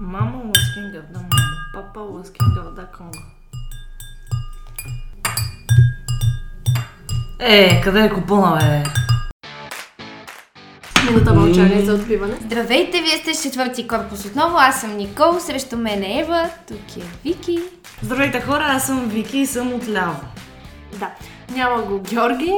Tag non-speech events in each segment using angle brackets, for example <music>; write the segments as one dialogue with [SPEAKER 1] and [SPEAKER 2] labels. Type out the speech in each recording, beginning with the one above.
[SPEAKER 1] Mama was king of the mambo. Papa was king of the Congo. Е, къде е купона, бе?
[SPEAKER 2] Минута мълчание за отбиване.
[SPEAKER 3] Здравейте, вие сте с четвърти корпус отново. Аз съм Никол, срещу мен е Ева, тук е Вики.
[SPEAKER 1] Здравейте хора, аз съм Вики и съм отляво.
[SPEAKER 2] Да. Няма го Георги.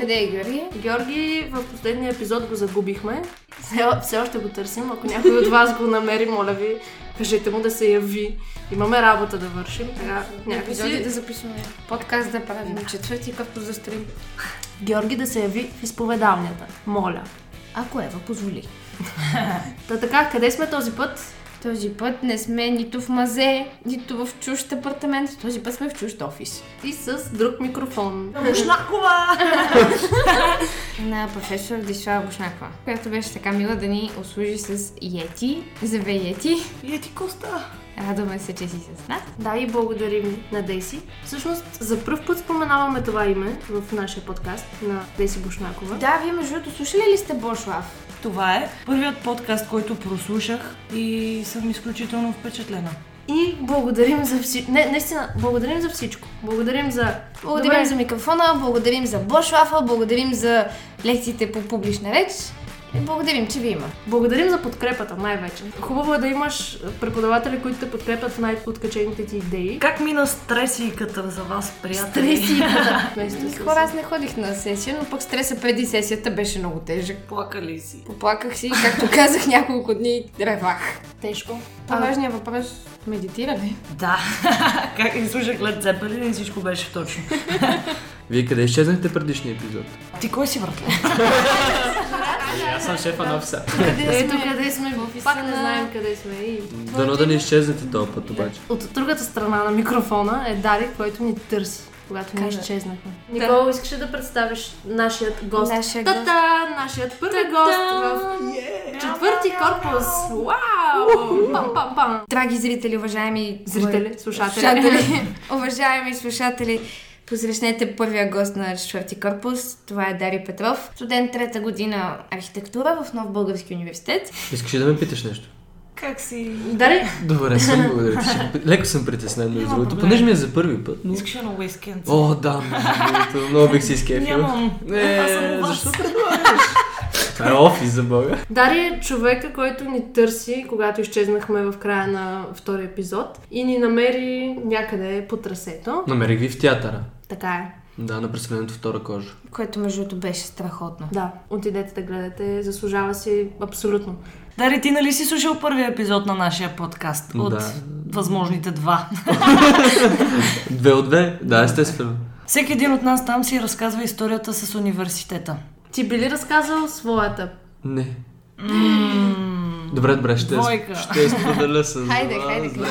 [SPEAKER 3] Къде е Георгия?
[SPEAKER 2] Георги в последния епизод го загубихме. Все, все още го търсим. Ако някой от вас го намери, моля ви, кажете му да се яви. Имаме работа да вършим. Така,
[SPEAKER 3] Епизоди да
[SPEAKER 2] някакси...
[SPEAKER 3] записваме. Подкаст да правим. Ами, Четвърти корпус за стрим.
[SPEAKER 2] Георги да се яви в изповедалнята. Моля.
[SPEAKER 3] Ако Ева <laughs> позволи.
[SPEAKER 2] Та така, къде сме този път?
[SPEAKER 3] Този път не сме нито в мазе, нито в чужд апартамент. Този път сме в чужд офис.
[SPEAKER 2] И с друг микрофон.
[SPEAKER 1] Мушнакова!
[SPEAKER 3] На професор Дислава Бушнакова, която беше така мила да ни услужи с Йети, за бе Йети.
[SPEAKER 1] И е ти коста.
[SPEAKER 3] Радваме се, че си с нас.
[SPEAKER 2] Да, и благодарим на Деси. Всъщност, за първ път споменаваме това име в нашия подкаст на Деси Бушнакова.
[SPEAKER 3] Да, вие между другото слушали ли сте Бошлав?
[SPEAKER 1] Това е първият подкаст, който прослушах и съм изключително впечатлена.
[SPEAKER 2] И благодарим за всичко. Не, наистина, благодарим за всичко. Благодарим за...
[SPEAKER 3] Благодарим
[SPEAKER 2] Добре.
[SPEAKER 3] за микрофона, благодарим за Бошлафа, благодарим за лекциите по публична реч. и Благодарим, че ви има.
[SPEAKER 2] Благодарим за подкрепата, най-вече. Хубаво е да имаш преподаватели, които те подкрепят в най-подкачените ти идеи.
[SPEAKER 1] Как мина стресийката за вас, приятели?
[SPEAKER 2] Тресията. <laughs>
[SPEAKER 3] И хора, аз не ходих на сесия, но пък стреса преди сесията беше много тежък.
[SPEAKER 1] Плакали си.
[SPEAKER 3] Поплаках си и, както <laughs> казах, няколко дни ревах.
[SPEAKER 2] Тежко.
[SPEAKER 3] По-важният въпрос – медитиране.
[SPEAKER 1] Да. <laughs> как и слушах Лед Зепелин и всичко беше точно.
[SPEAKER 4] Вие къде изчезнахте предишния епизод?
[SPEAKER 1] Ти кой си въртле?
[SPEAKER 4] Аз съм шефа на офиса.
[SPEAKER 2] Ето къде сме в офиса,
[SPEAKER 3] Пак
[SPEAKER 2] не
[SPEAKER 3] на-
[SPEAKER 2] знаем къде сме и...
[SPEAKER 4] Дано да не изчезнете този път обаче.
[SPEAKER 2] От другата страна на микрофона е Дарик, който ни търси, когато ние
[SPEAKER 3] Кажа.
[SPEAKER 2] изчезнахме. Никола, искаш ли да представиш нашият гост?
[SPEAKER 3] Нашия гост.
[SPEAKER 2] Та-та! Нашият първи гост в четвърти корпус! Вау! Пам-пам-пам!
[SPEAKER 3] Драги зрители, уважаеми
[SPEAKER 2] Зрители, слушатели.
[SPEAKER 3] слушатели,
[SPEAKER 2] <laughs>
[SPEAKER 3] уважаеми слушатели, посрещнете първия гост на четвърти корпус. Това е Дари Петров, студент трета година архитектура в Нов Български университет.
[SPEAKER 4] Искаш ли да ме питаш нещо?
[SPEAKER 1] Как си?
[SPEAKER 2] Дарик,
[SPEAKER 4] Добре, съм благодаря ти. Ще- Леко съм притеснен, между
[SPEAKER 1] Няма
[SPEAKER 4] другото,
[SPEAKER 1] проблем.
[SPEAKER 4] понеже ми е за първи път, но...
[SPEAKER 1] Искаш едно уискенце?
[SPEAKER 4] О, да, между другото, много бих си изкефил.
[SPEAKER 1] Нямам. Аз съм
[SPEAKER 4] Не,
[SPEAKER 1] у вас.
[SPEAKER 4] Е, защо предлагаш? Това е офис за Бога.
[SPEAKER 2] Дари е човека, който ни търси, когато изчезнахме в края на втори епизод и ни намери някъде по трасето.
[SPEAKER 4] Намерих ви в театъра.
[SPEAKER 2] Така е.
[SPEAKER 4] Да, на представлението втора кожа.
[SPEAKER 3] Което между другото беше страхотно.
[SPEAKER 2] Да, отидете да гледате, заслужава си абсолютно.
[SPEAKER 1] Дари, ти нали си слушал първия епизод на нашия подкаст? От
[SPEAKER 4] Да.
[SPEAKER 1] възможните два.
[SPEAKER 4] Две от две? Да, естествено.
[SPEAKER 1] Всеки един от нас там си разказва историята с университета.
[SPEAKER 2] Ти би ли разказал своята?
[SPEAKER 4] Не. Добре, добре, ще,
[SPEAKER 1] Двойка.
[SPEAKER 4] ще я споделя с
[SPEAKER 3] <laughs> Хайде,
[SPEAKER 4] вас.
[SPEAKER 3] хайде,
[SPEAKER 4] Да,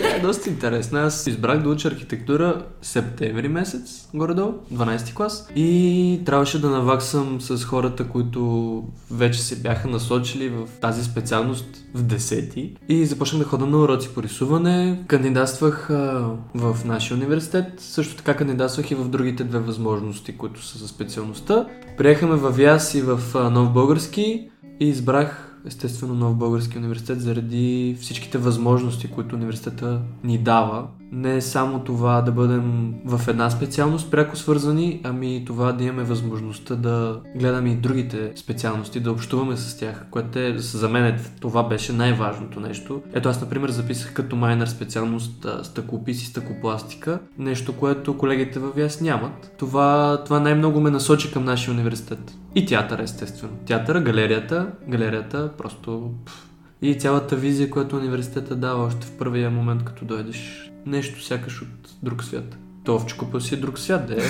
[SPEAKER 4] Тя е доста интересна. Аз избрах да уча архитектура септември месец, горе-долу, 12 клас. И трябваше да наваксам с хората, които вече се бяха насочили в тази специалност в 10 И започнах да ходя на уроци по рисуване. Кандидатствах а, в нашия университет. Също така кандидатствах и в другите две възможности, които са за специалността. Приехаме в ЯС и в а, Нов Български и избрах естествено Нов Български университет заради всичките възможности, които университета ни дава. Не само това да бъдем в една специалност пряко свързани, ами и това да имаме възможността да гледаме и другите специалности, да общуваме с тях, което е, за мен е, това беше най-важното нещо. Ето аз, например, записах като майнер специалност а, стъклопис и стъклопластика, нещо, което колегите във ВИАС нямат. Това, това най-много ме насочи към нашия университет. И театър, естествено. Театъра, галерията, галерията, просто... пф. И цялата визия, която университета дава още в първия момент, като дойдеш. Нещо сякаш от друг свят. Товчко па си е друг свят, да е.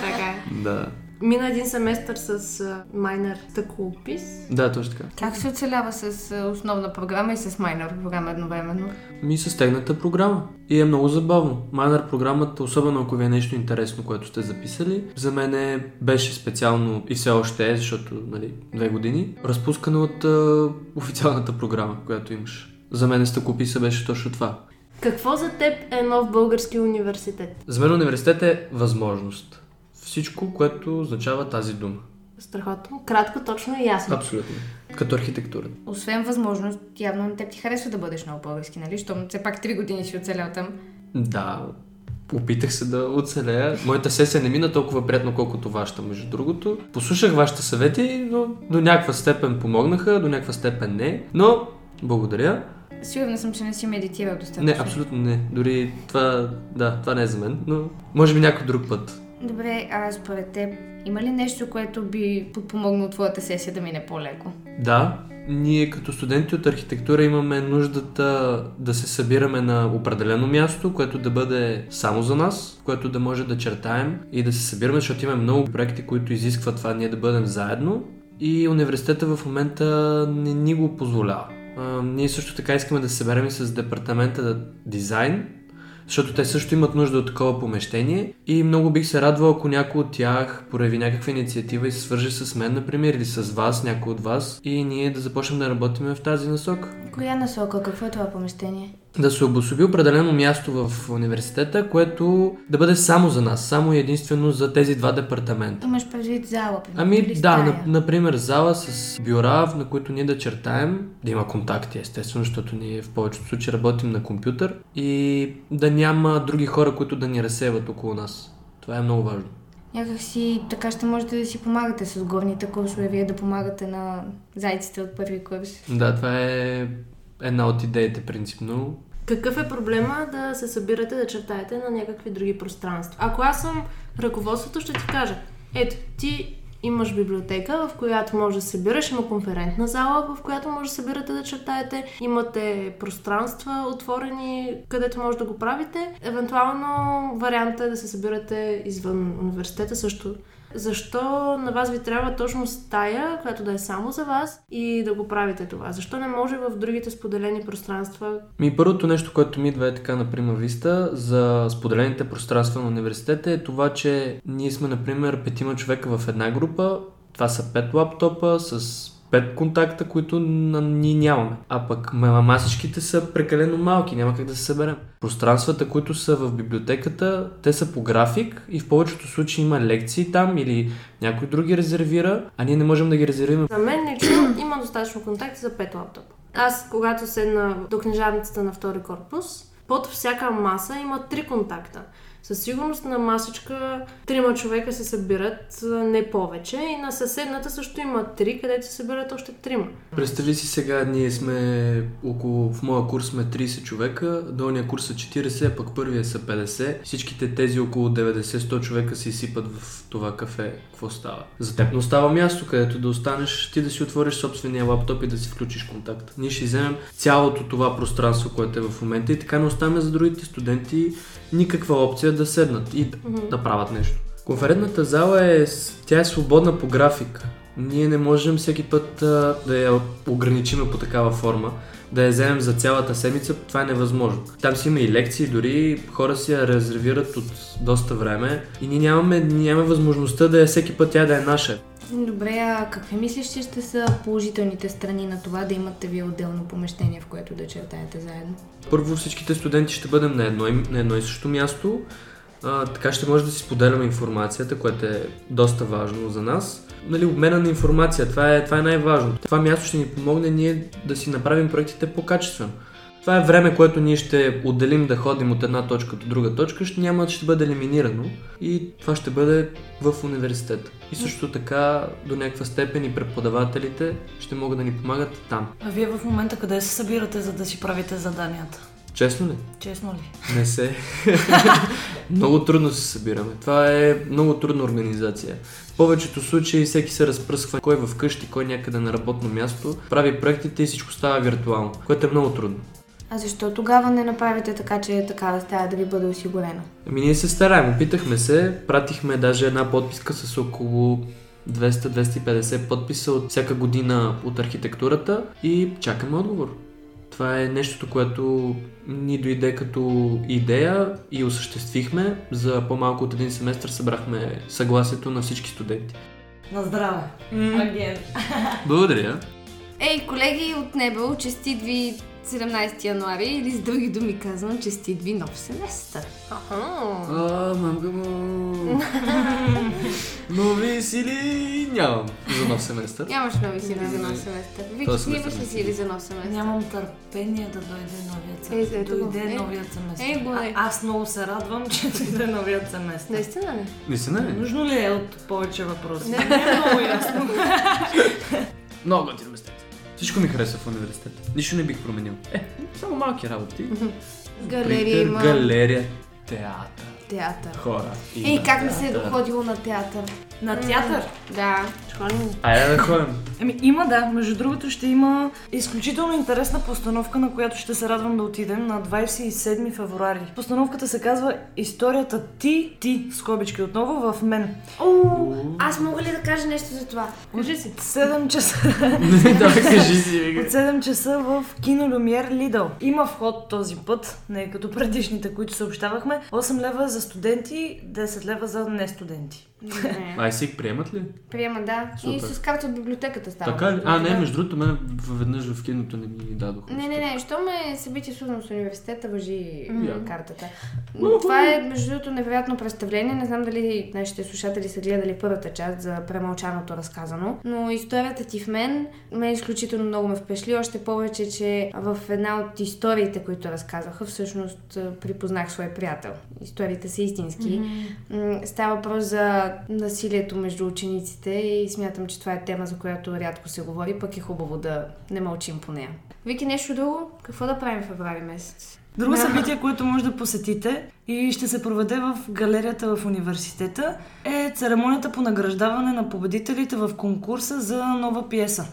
[SPEAKER 2] Така е.
[SPEAKER 4] но- да.
[SPEAKER 2] Мина един семестър с а, майнер стъклопис.
[SPEAKER 4] Да, точно така.
[SPEAKER 3] Как се оцелява с а, основна програма и с майнор програма едновременно?
[SPEAKER 4] Ми със стегната програма. И е много забавно. Майнер програмата, особено ако ви е нещо интересно, което сте записали, за мен е, беше специално и все още е, защото нали, две години, разпускане от а, официалната програма, която имаш. За мен стъкописа беше точно това.
[SPEAKER 2] Какво за теб е нов български университет?
[SPEAKER 4] За мен университет е възможност. Всичко, което означава тази дума.
[SPEAKER 2] Страхотно. Кратко, точно и ясно.
[SPEAKER 4] Абсолютно. Като архитектура.
[SPEAKER 3] Освен възможност, явно на теб ти харесва да бъдеш много български, нали? Щом все пак 3 години си оцелял там.
[SPEAKER 4] Да, опитах се да оцелея. Моята сесия не мина толкова приятно, колкото вашата, между другото. Послушах вашите съвети, но до някаква степен помогнаха, до някаква степен не. Но, благодаря.
[SPEAKER 3] Сигурна съм, че не си медитирал достатъчно.
[SPEAKER 4] Не, абсолютно не. Дори това, да, това не е за мен, но може би някой друг път.
[SPEAKER 3] Добре, а според теб има ли нещо, което би подпомогнало твоята сесия да мине по-леко?
[SPEAKER 4] Да, ние като студенти от архитектура имаме нуждата да се събираме на определено място, което да бъде само за нас, което да може да чертаем и да се събираме, защото имаме много проекти, които изискват това ние да бъдем заедно и университета в момента не ни го позволява. А, ние също така искаме да се съберем и с департамента за дизайн, защото те също имат нужда от такова помещение и много бих се радвал, ако някой от тях прояви някаква инициатива и се свържи с мен, например, или с вас, някой от вас, и ние да започнем да работим в тази насока.
[SPEAKER 3] Коя насока? Какво е това помещение?
[SPEAKER 4] Да се обособи определено място в университета, което да бъде само за нас, само и единствено за тези два департамента.
[SPEAKER 3] Имаш предвид зала, примерно,
[SPEAKER 4] Ами
[SPEAKER 3] или
[SPEAKER 4] да,
[SPEAKER 3] Нали стая?
[SPEAKER 4] на, например зала с бюра, в- на които ние да чертаем, да има контакти естествено, защото ние в повечето случаи работим на компютър и да няма други хора, които да ни разсеват около нас. Това е много важно.
[SPEAKER 3] Някак си така ще можете да си помагате с горните курсове, вие да помагате на зайците от първи курс.
[SPEAKER 4] Да, това е една от идеите принципно.
[SPEAKER 2] Какъв е проблема да се събирате да чертаете на някакви други пространства? Ако аз съм ръководството, ще ти кажа, ето, ти имаш библиотека, в която може да се събираш, има конферентна зала, в която може да събирате да чертаете, имате пространства отворени, където може да го правите. Евентуално вариантът е да се събирате извън университета също. Защо на вас ви трябва точно стая, която да е само за вас и да го правите това? Защо не може в другите споделени пространства,
[SPEAKER 4] Ми първото нещо, което ми идва е така на Прима Виста за споделените пространства на университета е това, че ние сме, например, петима човека в една група. Това са пет лаптопа с пет контакта, които на- ние нямаме. А пък м- масичките са прекалено малки, няма как да се съберем. Пространствата, които са в библиотеката, те са по график и в повечето случаи има лекции там или някой друг ги резервира, а ние не можем да ги резервираме.
[SPEAKER 2] За мен лично има достатъчно контакти за 5 лаптопа. Аз, когато седна до книжарницата на втори корпус, под всяка маса има три контакта. Със сигурност на масичка трима човека се събират, а, не повече. И на съседната също има три, където се събират още трима.
[SPEAKER 4] Представи си сега, ние сме около, в моя курс сме 30 човека, долния курс са 40, а пък първия са 50. Всичките тези около 90-100 човека се изсипат в това кафе. Какво става? За теб не остава място, където да останеш, ти да си отвориш собствения лаптоп и да си включиш контакт. Ние ще вземем цялото това пространство, което е в момента и така не оставяме за другите студенти никаква опция да седнат и да, да правят нещо. Конферентната зала е, с- тя е свободна по график. Ние не можем всеки път а, да я ограничим по такава форма, да я вземем за цялата седмица, това е невъзможно. Там си има и лекции, дори хора си я резервират от доста време и ние нямаме, нямаме възможността да е всеки път тя да е наша.
[SPEAKER 3] Добре, а какви мислиш, че ще са положителните страни на това да имате вие отделно помещение, в което да чертаете заедно?
[SPEAKER 4] Първо всичките студенти ще бъдем на едно, и- на едно и също място, а, така ще може да си споделяме информацията, което е доста важно за нас. Нали, обмена на информация, това е, това е най-важното. Това място ще ни помогне ние да си направим проектите по-качествено. Това е време, което ние ще отделим да ходим от една точка до друга точка, ще няма, ще бъде елиминирано и това ще бъде в университета. И също така до някаква степен и преподавателите ще могат да ни помагат там.
[SPEAKER 1] А вие в момента къде се събирате, за да си правите заданията?
[SPEAKER 4] Честно ли?
[SPEAKER 1] Честно ли?
[SPEAKER 4] Не се. много трудно се събираме. Това е много трудна организация. В повечето случаи всеки се разпръсква, кой е вкъщи, кой е някъде на работно място, прави проектите и всичко става виртуално, което е много трудно.
[SPEAKER 3] А защо тогава не направите така, че такава стая да ви бъде осигурена?
[SPEAKER 4] Ами ние се стараем, опитахме се, пратихме даже една подписка с около 200-250 подписа от всяка година от архитектурата и чакаме отговор. Това е нещото, което ни дойде като идея и осъществихме. За по-малко от един семестър събрахме съгласието на всички студенти.
[SPEAKER 1] На здраве! Аген!
[SPEAKER 4] Благодаря.
[SPEAKER 3] Ей, колеги от небе, честит ви 17 януари или с други думи казвам, честит ви нов семестър.
[SPEAKER 2] Аха.
[SPEAKER 4] А, мамка му. Нови сили нямам за нов семестър.
[SPEAKER 3] Нямаш нови сили за нов семестър. Вики,
[SPEAKER 4] Този
[SPEAKER 3] ти имаш
[SPEAKER 4] семестър
[SPEAKER 3] ли
[SPEAKER 4] не
[SPEAKER 3] сили за нов семестър?
[SPEAKER 1] Нямам търпение да дойде новият
[SPEAKER 2] Е,
[SPEAKER 1] семестър.
[SPEAKER 2] ето го.
[SPEAKER 1] дойде
[SPEAKER 2] Е,
[SPEAKER 1] новият семестър.
[SPEAKER 3] е, го е.
[SPEAKER 1] А, аз много се радвам, <laughs> че дойде новият семестър.
[SPEAKER 2] Наистина ли?
[SPEAKER 4] Наистина ли?
[SPEAKER 1] Нужно ли е от повече въпроси?
[SPEAKER 2] Не, не е много ясно.
[SPEAKER 4] Много готин университет. Всичко ми харесва в университета. Нищо не бих променил. Е, само малки работи.
[SPEAKER 3] Галерия
[SPEAKER 4] Притър,
[SPEAKER 3] има.
[SPEAKER 4] Галерия, театър,
[SPEAKER 3] Театър.
[SPEAKER 4] хора.
[SPEAKER 3] Ей,
[SPEAKER 4] Има
[SPEAKER 3] как ми се е
[SPEAKER 4] театър.
[SPEAKER 3] доходило на театър?
[SPEAKER 1] На театър?
[SPEAKER 3] Да.
[SPEAKER 4] Айде
[SPEAKER 3] <laughs>
[SPEAKER 4] да ходим.
[SPEAKER 1] Ами има, да. Между другото ще има изключително интересна постановка, на която ще се радвам да отидем на 27 февруари. Постановката се казва Историята ти, ти, скобички отново, в мен.
[SPEAKER 3] О, аз мога ли да кажа нещо за
[SPEAKER 4] <laughs>
[SPEAKER 3] това?
[SPEAKER 1] Кажи си. 7 часа.
[SPEAKER 4] Да, кажи си.
[SPEAKER 1] От
[SPEAKER 4] бе.
[SPEAKER 1] 7 часа в кино Люмьер Лидъл. Има вход този път, не е като предишните, които съобщавахме. 8 лева за студенти, 10 лева за не студенти.
[SPEAKER 4] Ай, си приемат ли?
[SPEAKER 3] Приема, да. И
[SPEAKER 4] Супер.
[SPEAKER 3] с карта от библиотеката става.
[SPEAKER 4] Така ли? А, не, е между другото, мен веднъж в киното не ми дадоха.
[SPEAKER 3] Не, не, не, що ме събитие свързано с университета, въжи
[SPEAKER 4] Мгм.
[SPEAKER 3] картата. Но това е, между другото, невероятно представление. Не знам дали нашите слушатели са гледали първата част за премълчаното разказано, но историята ти в мен ме е изключително много ме впечатли. Още повече, че в една от историите, които разказваха, всъщност а, припознах свой приятел. Историите са истински. М, Става въпрос за насилието между учениците и смятам, че това е тема, за която рядко се говори, пък е хубаво да не мълчим по нея. Вики, нещо друго? Какво да правим в феврари месец?
[SPEAKER 1] Друго събитие, което може да посетите и ще се проведе в галерията в университета е церемонията по награждаване на победителите в конкурса за нова пиеса.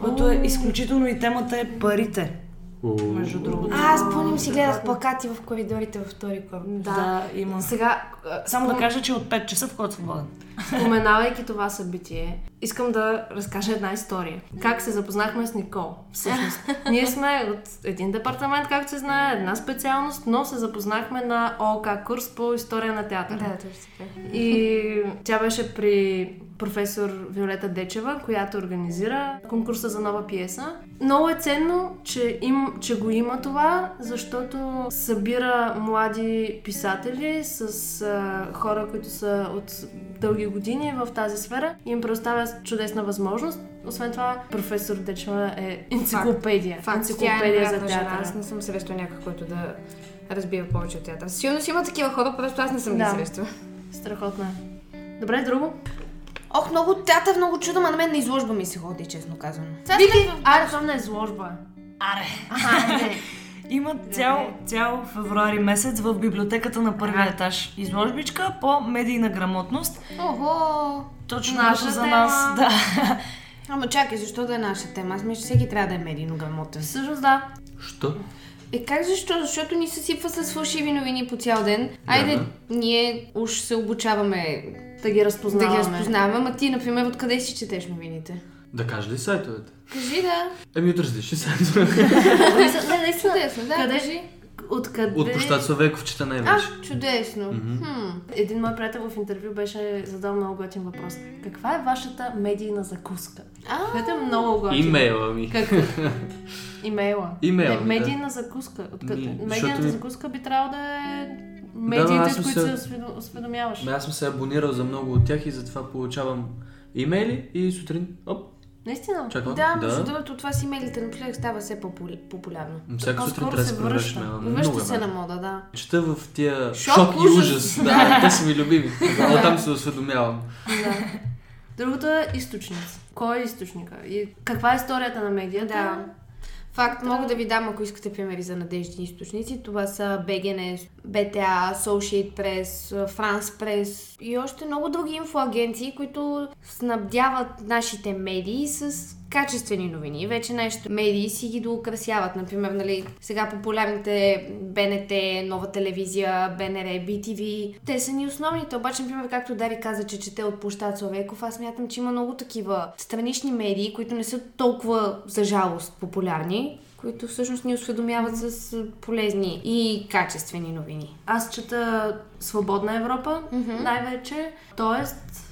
[SPEAKER 1] Което е изключително и темата е парите,
[SPEAKER 4] О.
[SPEAKER 1] между другото.
[SPEAKER 3] А, аз помним си гледах плакати в коридорите във втори корпус.
[SPEAKER 1] Да, има.
[SPEAKER 2] Сега,
[SPEAKER 1] Само да кажа, че от 5 часа вход свободен.
[SPEAKER 2] Споменавайки това събитие, искам да разкажа една история. Как се запознахме с Никол? Всъщност, ние сме от един департамент, както се знае, една специалност, но се запознахме на ОК курс по история на театъра.
[SPEAKER 3] Да, точно така.
[SPEAKER 2] И тя беше при професор Виолета Дечева, която организира конкурса за нова пиеса. Много е ценно, че, им, че го има това, защото събира млади писатели с а, хора, които са от дълги години в тази сфера и им предоставя чудесна възможност. Освен това, професор Дечева е енциклопедия.
[SPEAKER 3] Факт, тя е
[SPEAKER 2] енциклопедия за
[SPEAKER 3] невероятна жена.
[SPEAKER 2] театъра.
[SPEAKER 3] Аз не съм срещу някой, който да разбива повече от театър. Сигурно си има такива хора, просто аз не съм
[SPEAKER 2] Да.
[SPEAKER 3] ги срещала.
[SPEAKER 2] Страхотно е. Добре, друго?
[SPEAKER 3] Ох, много театър, много чудо, ма на мен на изложба ми се ходи, честно казано.
[SPEAKER 2] Вики, аре, това не е изложба.
[SPEAKER 1] Аре!
[SPEAKER 3] Аха, не.
[SPEAKER 1] Има цял, цял февруари месец в библиотеката на първия етаж. Изложбичка по медийна грамотност.
[SPEAKER 3] Охо!
[SPEAKER 1] Точно
[SPEAKER 2] Наша
[SPEAKER 1] като за
[SPEAKER 2] тема.
[SPEAKER 1] нас. Да.
[SPEAKER 3] Ама чакай, защо да е наша тема? Аз мисля, че всеки трябва да е медийно грамотен.
[SPEAKER 2] Всъщност да.
[SPEAKER 4] Що?
[SPEAKER 3] Е как защо? Защото ни се сипва с фалшиви новини по цял ден. Айде,
[SPEAKER 4] да.
[SPEAKER 3] ние уж се обучаваме
[SPEAKER 2] Да ги
[SPEAKER 3] да
[SPEAKER 2] разпознаваме.
[SPEAKER 3] ги разпознаваме, ама ти, например, откъде си четеш новините?
[SPEAKER 4] Да кажа ли сайтовете?
[SPEAKER 3] Кажи да.
[SPEAKER 4] Еми от различни сайтове.
[SPEAKER 3] <laughs> Да, да, чудесно, да,
[SPEAKER 2] Къде?
[SPEAKER 3] кажи.
[SPEAKER 2] <laughs> Откъде?
[SPEAKER 4] От площад Славеков чета
[SPEAKER 3] А,
[SPEAKER 4] най-вече.
[SPEAKER 3] чудесно. Хм.
[SPEAKER 2] Един мой приятел в интервю беше задал много готин въпрос. Каква е вашата медийна закуска?
[SPEAKER 3] А,
[SPEAKER 2] Което е много готин.
[SPEAKER 4] Имейла ми.
[SPEAKER 2] Как? Имейла.
[SPEAKER 4] Имейла
[SPEAKER 2] Не,
[SPEAKER 4] ми,
[SPEAKER 2] медийна закуска. Откъде?
[SPEAKER 4] Ми,
[SPEAKER 2] Медийната
[SPEAKER 4] защото ми-
[SPEAKER 2] закуска би трябвало да е
[SPEAKER 4] Да, но
[SPEAKER 2] медиите,
[SPEAKER 4] аз
[SPEAKER 2] с
[SPEAKER 4] съм
[SPEAKER 2] които се
[SPEAKER 4] се-
[SPEAKER 2] осведо- осведомяваш.
[SPEAKER 4] Ме, Ами, Аз съм се абонирал за много от тях и затова получавам имейли и сутрин. Оп,
[SPEAKER 2] Наистина.
[SPEAKER 4] чакам.
[SPEAKER 3] да, между другото, това с имейлите напоследък става все по-популярно.
[SPEAKER 4] Всяка сутрин
[SPEAKER 2] по-скоро
[SPEAKER 4] трябва да
[SPEAKER 2] се
[SPEAKER 4] се проверяш
[SPEAKER 2] връща.
[SPEAKER 4] мейла. Много
[SPEAKER 3] Връща
[SPEAKER 4] е
[SPEAKER 3] се на
[SPEAKER 4] важно.
[SPEAKER 3] мода, да.
[SPEAKER 4] Чета в тия
[SPEAKER 3] Шок,
[SPEAKER 4] шок,
[SPEAKER 3] ужас. <laughs>
[SPEAKER 4] и ужас. Да, те са ми любими. Оттам се осведомявам.
[SPEAKER 2] Да. Другото е източници. Кой е източника? И каква е историята на медията?
[SPEAKER 3] Да. Факт, мога да ви дам, ако искате примери за надеждни източници. Това са BGN, BTA, Associate Press, France Press и още много други инфоагенции, които снабдяват нашите медии с качествени новини. Вече нашите медии си ги доукрасяват. Например, нали, сега популярните БНТ, Нова телевизия, БНР, BTV. Те са ни основните. Обаче, например, както Дари каза, че чете от площад Словеков, аз мятам, че има много такива странични медии, които не са толкова, за жалост, популярни, които всъщност ни осведомяват с е, полезни и качествени новини.
[SPEAKER 2] Аз чета Свободна Европа най-вече, т.е.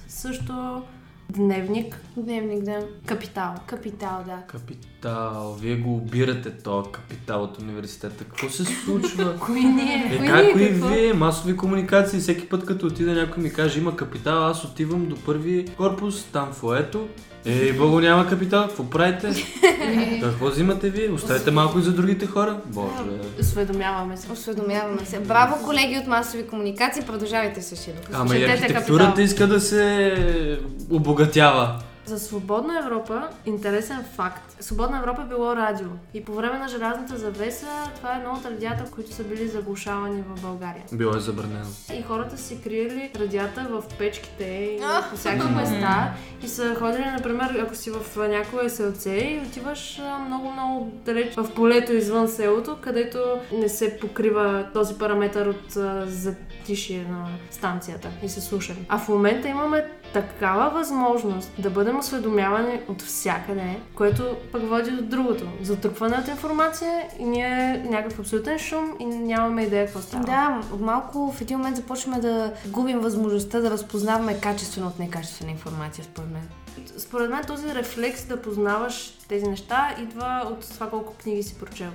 [SPEAKER 2] също Дневник,
[SPEAKER 3] Дневник, да.
[SPEAKER 2] капитал.
[SPEAKER 3] Капитал, да.
[SPEAKER 4] Капитал. Вие го обирате то капитал от университета. Какво се
[SPEAKER 3] <laughs>
[SPEAKER 4] случва?
[SPEAKER 2] Кои ние?
[SPEAKER 4] Е,
[SPEAKER 3] Кой
[SPEAKER 4] как
[SPEAKER 3] ни е,
[SPEAKER 4] и
[SPEAKER 3] какво?
[SPEAKER 4] вие, масови комуникации, всеки път като отида някой ми каже има капитал, аз отивам до първи корпус, там фоето. Ей, Бого няма капитал, какво
[SPEAKER 3] <laughs>
[SPEAKER 4] правите? Да, какво взимате вие? Оставете малко и за другите хора. Боже.
[SPEAKER 2] Осведомяваме се.
[SPEAKER 3] Осведомяваме се. Браво, колеги от масови комуникации, продължавайте същия докато
[SPEAKER 4] Ама и
[SPEAKER 3] четете
[SPEAKER 4] архитектурата
[SPEAKER 3] капитал.
[SPEAKER 4] иска да се обогатява.
[SPEAKER 2] За Свободна Европа, интересен факт. Свободна Европа е било радио. И по време на желязната завеса, това е едно от радията, които са били заглушавани в България.
[SPEAKER 4] Било е забранено.
[SPEAKER 2] И хората си криели радията в печките и
[SPEAKER 3] Ах!
[SPEAKER 2] по всякакви места. И са ходили, например, ако си в някое селце и отиваш много-много далеч в полето извън селото, където не се покрива този параметър от а, затишие на станцията и се слушали. А в момента имаме такава възможност да бъдем осведомявани от всякъде, което пък води до другото. Затрупване от информация и ние някакъв абсолютен шум и нямаме идея какво става.
[SPEAKER 3] Да, малко в един момент започваме да губим възможността да разпознаваме качествена от некачествена информация, според мен.
[SPEAKER 2] Според мен този рефлекс да познаваш тези неща идва от това колко книги си прочел.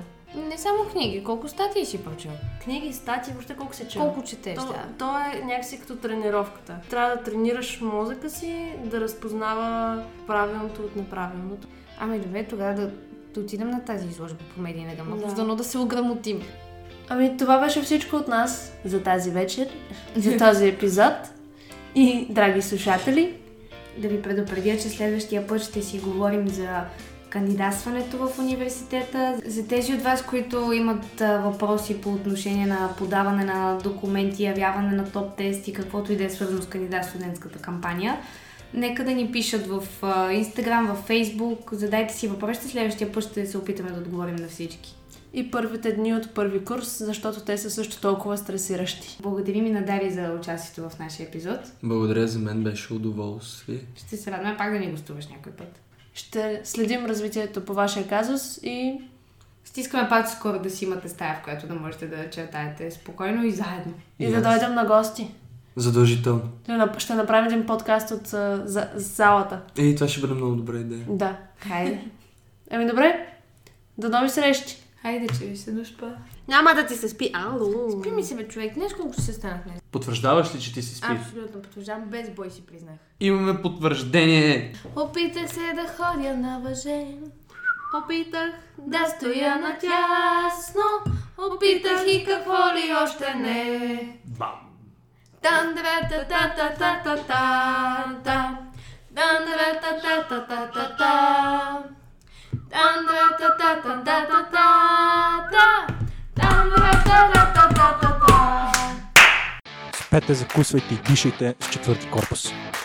[SPEAKER 3] Не само книги, колко статии си прочел?
[SPEAKER 2] Книги, статии, въобще колко се чел.
[SPEAKER 3] Колко четеш,
[SPEAKER 2] То,
[SPEAKER 3] да.
[SPEAKER 2] то е някакси като тренировката. Трябва да тренираш мозъка си да разпознава правилното от неправилното.
[SPEAKER 3] Ами добре, тогава да, да отидем на тази изложба по медийна гама,
[SPEAKER 2] Да.
[SPEAKER 3] да. дано да се ограмотим.
[SPEAKER 2] Ами това беше всичко от нас за тази вечер, за този епизод. И, драги слушатели,
[SPEAKER 3] Да ви предупредя, че следващия път ще си говорим за кандидатстването в университета. За тези от вас, които имат а, въпроси по отношение на подаване на документи, явяване на топ тести, каквото и да е свързано с кандидат студентската кампания, нека да ни пишат в а, Instagram, в Facebook, задайте си въпросите, следващия път ще се опитаме да отговорим на всички.
[SPEAKER 2] и първите дни от първи курс, защото те са също толкова стресиращи.
[SPEAKER 3] Благодарим и на Дари за участието в нашия епизод.
[SPEAKER 4] Благодаря за мен, беше удоволствие.
[SPEAKER 3] Ще се радваме пак да ни гостуваш някой път.
[SPEAKER 2] Ще следим развитието по вашия казус и
[SPEAKER 3] Стискаме пак скоро да си имате стая, в която да можете да чертаете спокойно и заедно.
[SPEAKER 2] И
[SPEAKER 4] И
[SPEAKER 2] да
[SPEAKER 4] аз.
[SPEAKER 2] дойдем на гости.
[SPEAKER 4] Задължително.
[SPEAKER 2] Ще нап- Ще направим един подкаст от а, за, залата.
[SPEAKER 4] Ей, това ще бъде много добра идея.
[SPEAKER 2] Да.
[SPEAKER 3] Хайде.
[SPEAKER 2] Еми добре. До нови срещи.
[SPEAKER 3] Хайде, че ви се доспа.
[SPEAKER 2] Няма да ти се спи. Ало.
[SPEAKER 3] Спи ми се, бе, човек. Днес колко ще се станах днес?
[SPEAKER 4] Потвърждаваш ли, че ти си спи?
[SPEAKER 3] Абсолютно, потвърждавам. Без бой си признах.
[SPEAKER 4] Имаме потвърждение.
[SPEAKER 3] Опитах се да ходя на въже,
[SPEAKER 2] Опитах.
[SPEAKER 3] да стоя на тясно. Опитах и какво ли още не.
[SPEAKER 4] Бам!
[SPEAKER 3] Тан та та та та та та та Тан та та та та та та Тан та та та та та та та Тан та та та та та та
[SPEAKER 5] Спете, закусвайте и дишайте с четвърти корпус.